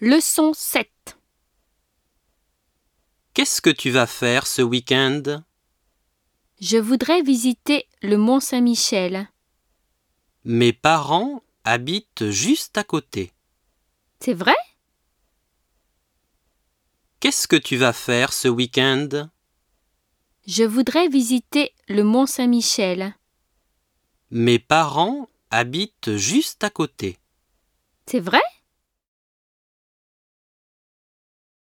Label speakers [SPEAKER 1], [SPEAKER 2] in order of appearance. [SPEAKER 1] Leçon 7.
[SPEAKER 2] Qu'est-ce que tu vas faire ce week-end
[SPEAKER 1] Je voudrais visiter le Mont Saint-Michel.
[SPEAKER 2] Mes parents habitent juste à côté.
[SPEAKER 1] C'est vrai
[SPEAKER 2] Qu'est-ce que tu vas faire ce week-end
[SPEAKER 1] Je voudrais visiter le Mont Saint-Michel.
[SPEAKER 2] Mes parents habitent juste à côté.
[SPEAKER 1] C'est vrai